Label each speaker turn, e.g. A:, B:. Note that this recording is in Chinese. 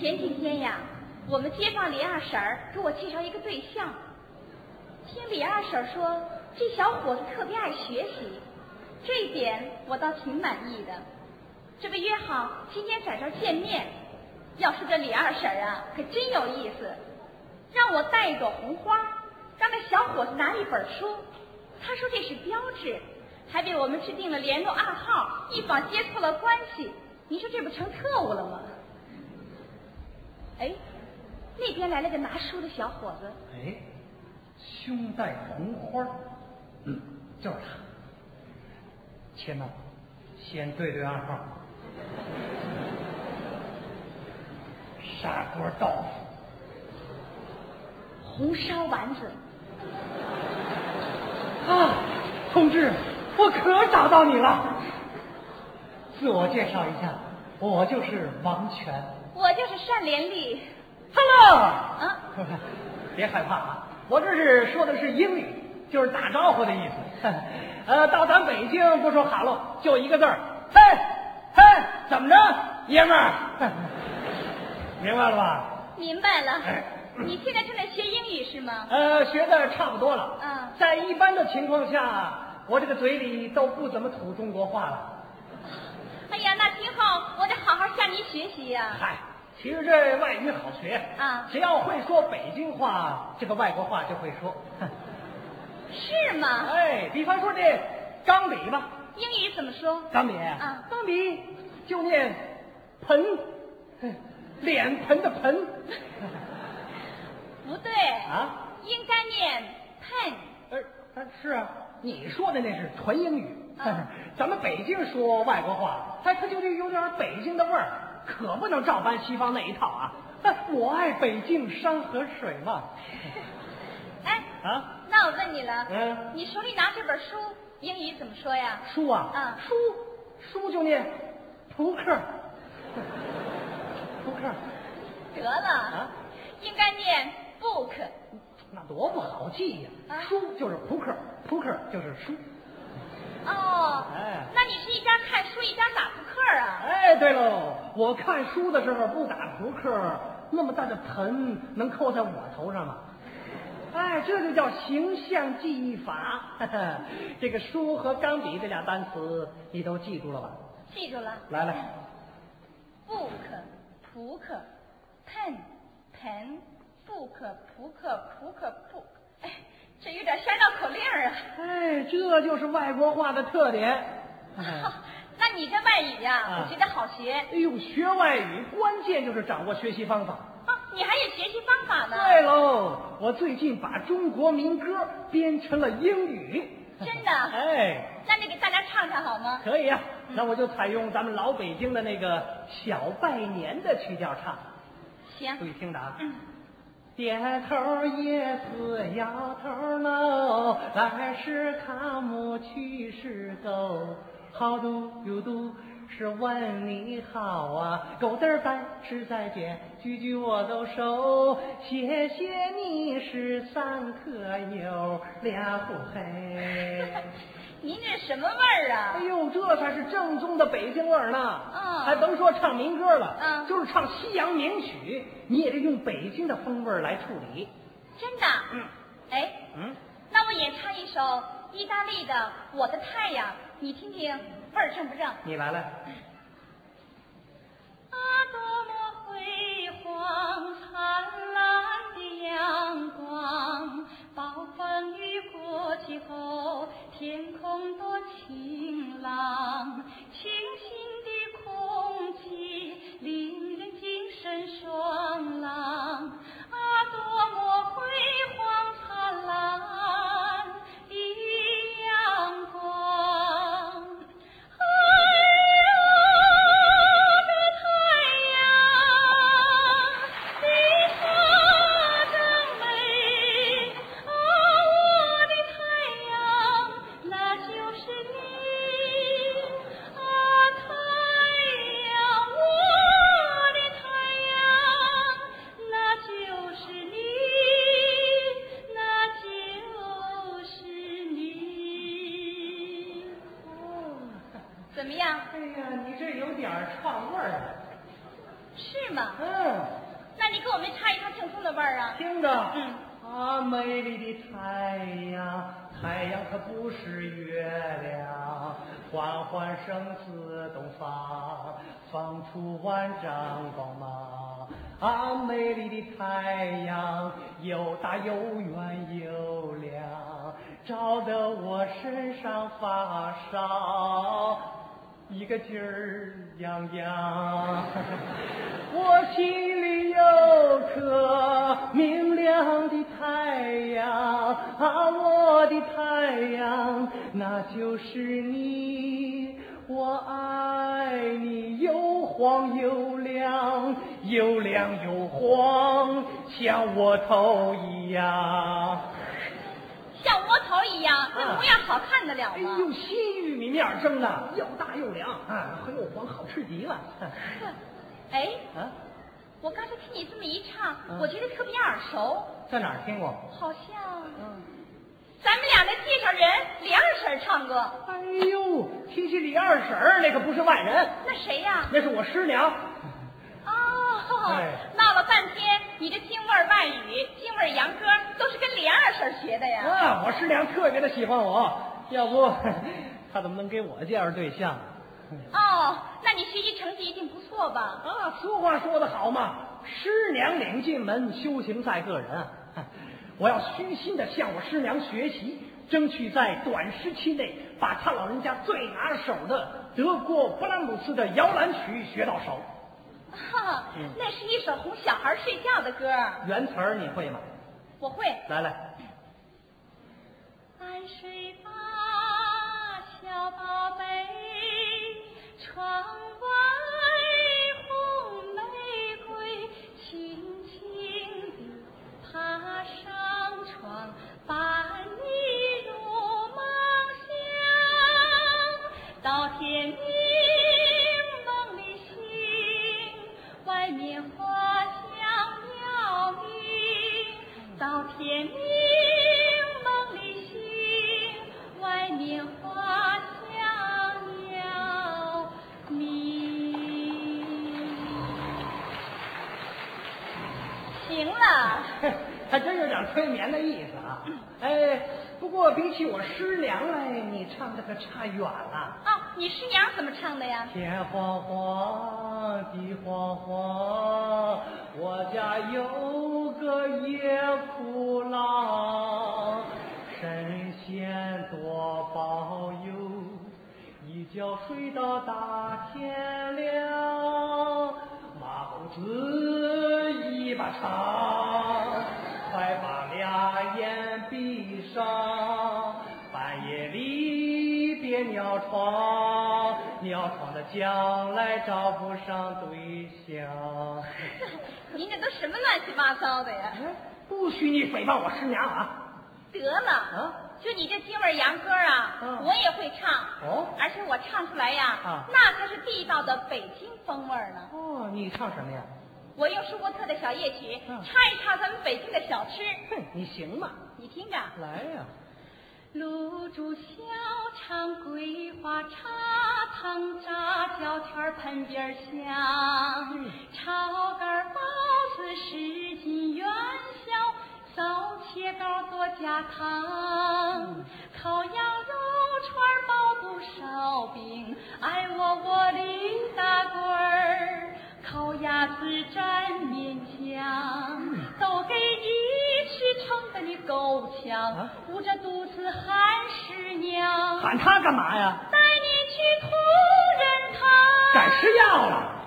A: 前几天呀，我们街坊李二婶儿给我介绍一个对象，听李二婶儿说这小伙子特别爱学习，这一点我倒挺满意的。这不约好今天在这儿见面。要说这李二婶儿啊，可真有意思，让我带一朵红花，让那小伙子拿一本书，他说这是标志，还为我们制定了联络暗号，以防接错了关系。您说这不成特务了吗？哎，那边来了个拿书的小伙子，
B: 哎，胸带红花儿，嗯，就是他。切莫，先对对暗号。砂锅豆腐，
A: 红烧丸子。
B: 啊，同志，我可找到你了。自我介绍一下，我就是王权。
A: 我就是单连丽
B: Hello，
A: 啊，
B: 别害怕啊，我这是说的是英语，就是打招呼的意思。 呃，到咱北京不说 hello，就一个字儿，嘿，嘿，怎么着，爷们儿？ 明白了吧？
A: 明白了
B: 哎。
A: 你现在正在学英语是吗？
B: 呃，学的差不多了。
A: 嗯
B: 在一般的情况下，我这个嘴里都不怎么吐中国话了。
A: 哎呀，那今后我得好好向您学习呀、
B: 嗨，其实这外语好学
A: 啊
B: 只要会说北京话，这个外国话就会说。
A: 是吗？
B: 哎，比方说这钢笔吧，
A: 英语怎么说？
B: 钢笔
A: 啊
B: 钢笔就念盆，哎脸盆的盆
A: 不对，
B: 啊，
A: 应该念 pen。
B: 呃，呃是啊，你说的那是纯英语，
A: 啊
B: 咱们北京说外国话，它它就是有点北京的味儿，可不能照搬西方那一套啊。我爱北京山和水嘛，
A: 哎，
B: 啊，
A: 那我问你了，
B: 嗯
A: 你手里拿这本书，英语怎么说呀？
B: 书啊，
A: 啊
B: 书书就念扑克，扑克，
A: 得了，
B: 啊
A: 应该念 book。
B: 那多不好记呀、
A: 啊
B: 书就是扑克，扑克就是书。
A: 哦，
B: 哎
A: 那你是一边看书一边打扑克啊？
B: 哎，对喽，我看书的时候不打扑克，那么大的盆能扣在我头上吗？哎，这就叫形象记忆法。 这个书和钢笔这俩单词你都记住了吧？
A: 记住了
B: 来来，
A: ，book，扑克，pen，pen，book，扑克，扑克，book。哎，这有点像绕口令儿啊。
B: 哎，这就是外国话的特点。哎
A: 哦那你这外语呀、
B: 啊
A: 我觉得好学
B: 哎呦，学外语关键就是掌握学习方法。
A: 啊，你还有学习方法呢。
B: 对喽，我最近把中国民歌编成了英语。
A: 真的
B: 哎。
A: 那你给大家唱唱好吗？
B: 可以啊，那我就采用咱们老北京的那个小拜年的曲调唱，注
A: 行，
B: 意听着啊。点头叶子摇头喽，来是卡姆去是狗，好嘟嘟嘟是问你好啊，狗字儿拜是再见，句句我都熟，谢谢你是三颗油俩不黑。
A: 您这什么味儿啊
B: 哎？呦，这才是正宗的北京味儿呢！
A: 嗯
B: 还甭说唱民歌了，
A: 嗯
B: 就是唱西洋名曲，你也得用北京的风味儿来处理。
A: 真的？
B: 嗯。
A: 哎，
B: 嗯，
A: 那我演唱一首意大利的《我的太阳》，你听听味儿正不正？
B: 你来来，
A: 啊，多么辉煌灿烂的阳光，暴风雨过去后，天空多晴朗，清新的空气令人精神爽朗。啊，多么辉煌灿烂的阳光！哎呀，这太阳，你说真美啊！我的太阳，那就是你啊！太阳，我的太阳，那就是你，那就是你。哦怎么样？
B: 哎呀，你这有点儿唱味儿啊！
A: 是是吗？
B: 嗯，
A: 那你给我们唱一唱挺痛的味儿啊！
B: 听着，
A: 嗯
B: 啊，美丽的太阳，太阳可不是月亮，缓缓升自东方，放出万丈光芒。啊，美丽的太阳，又大又圆又亮，照得我身上发梢。一个劲儿痒痒，我心里有颗明亮的太阳啊，我的太阳，那就是你，我爱你，又黄又亮，又亮又黄，像我头一样。
A: 像窝头一样，那模样好看得了
B: 啊哎
A: 吗？
B: 呦，西域米面儿蒸的，又大又凉，啊，又黄，好吃极了。
A: 呵哎，
B: 啊，
A: 我刚才听你这么一唱，
B: 嗯
A: 我觉得特别耳熟，
B: 在哪儿听过？
A: 好像
B: 嗯，
A: 咱们俩那介绍人李二婶儿唱过。
B: 哎呦，提起李二婶儿，那可不是外人，
A: 那谁呀？
B: 那是我师娘。
A: 哦
B: 哎，
A: 闹了半天，你这京味儿外语、京味儿洋歌都是跟李二婶儿学的呀？
B: 啊，我师娘特别的喜欢我，要不 她怎么能给我介绍对象？嗯
A: 哦，那你学习成绩一定不错吧？
B: 啊，俗话说得好嘛，师娘领进门，修行在个人 啊。我要虚心的向我师娘学习，争取在短时期内把她老人家最拿手的德国勃拉姆斯的摇篮曲学到手。
A: 哈、
B: 嗯
A: 那是一首哄小孩儿睡觉的歌儿，
B: 原词儿你会吗？
A: 我会。
B: 来来，
A: 安睡吧，小宝贝，窗外红玫瑰轻轻地爬上床，伴你入梦乡，到天明梦里醒，外面花香飘零，到天明梦里醒，外面花香鸟鸣。行了。
B: 嘿 还真有点催眠的意思啊。哎，不过比起我师娘来，你唱的可差远了。
A: 啊，你师娘怎么唱的呀？
B: 天黄黄，地黄黄，我家有个野苦郎，神仙多保佑，一觉睡到大天亮，马公子一把长，快把俩眼闭上，半夜里别尿床，尿床的将来找不上对象。
A: 您这都什么乱七八糟的呀？
B: 哎，不许你诽谤我师娘啊！
A: 得了，
B: 啊
A: 就你这京味儿洋歌啊，
B: 嗯
A: 我也会唱，
B: 哦
A: 而且我唱出来呀，
B: 啊
A: 那才是地道的北京风味儿呢。
B: 哦，你唱什么呀？
A: 我用舒伯特的小夜曲、
B: 嗯
A: 唱一唱咱们北京的小吃，
B: 哼，你行吗？
A: 你听着。
B: 来呀、
A: 卤煮小肠、桂花茶汤、炸椒圈儿盆底儿香
B: 嗯，
A: 炒肝儿包子十斤元宵，sauce 切糕多加糖，烤羊肉串儿、包子、烧饼，爱我我的大棍儿，烤鸭子蘸面酱，都给你吃撑得你够呛
B: 啊。
A: 捂着肚子喊师娘，带
B: 喊他干嘛呀？
A: 你去同仁堂。
B: 改吃药了。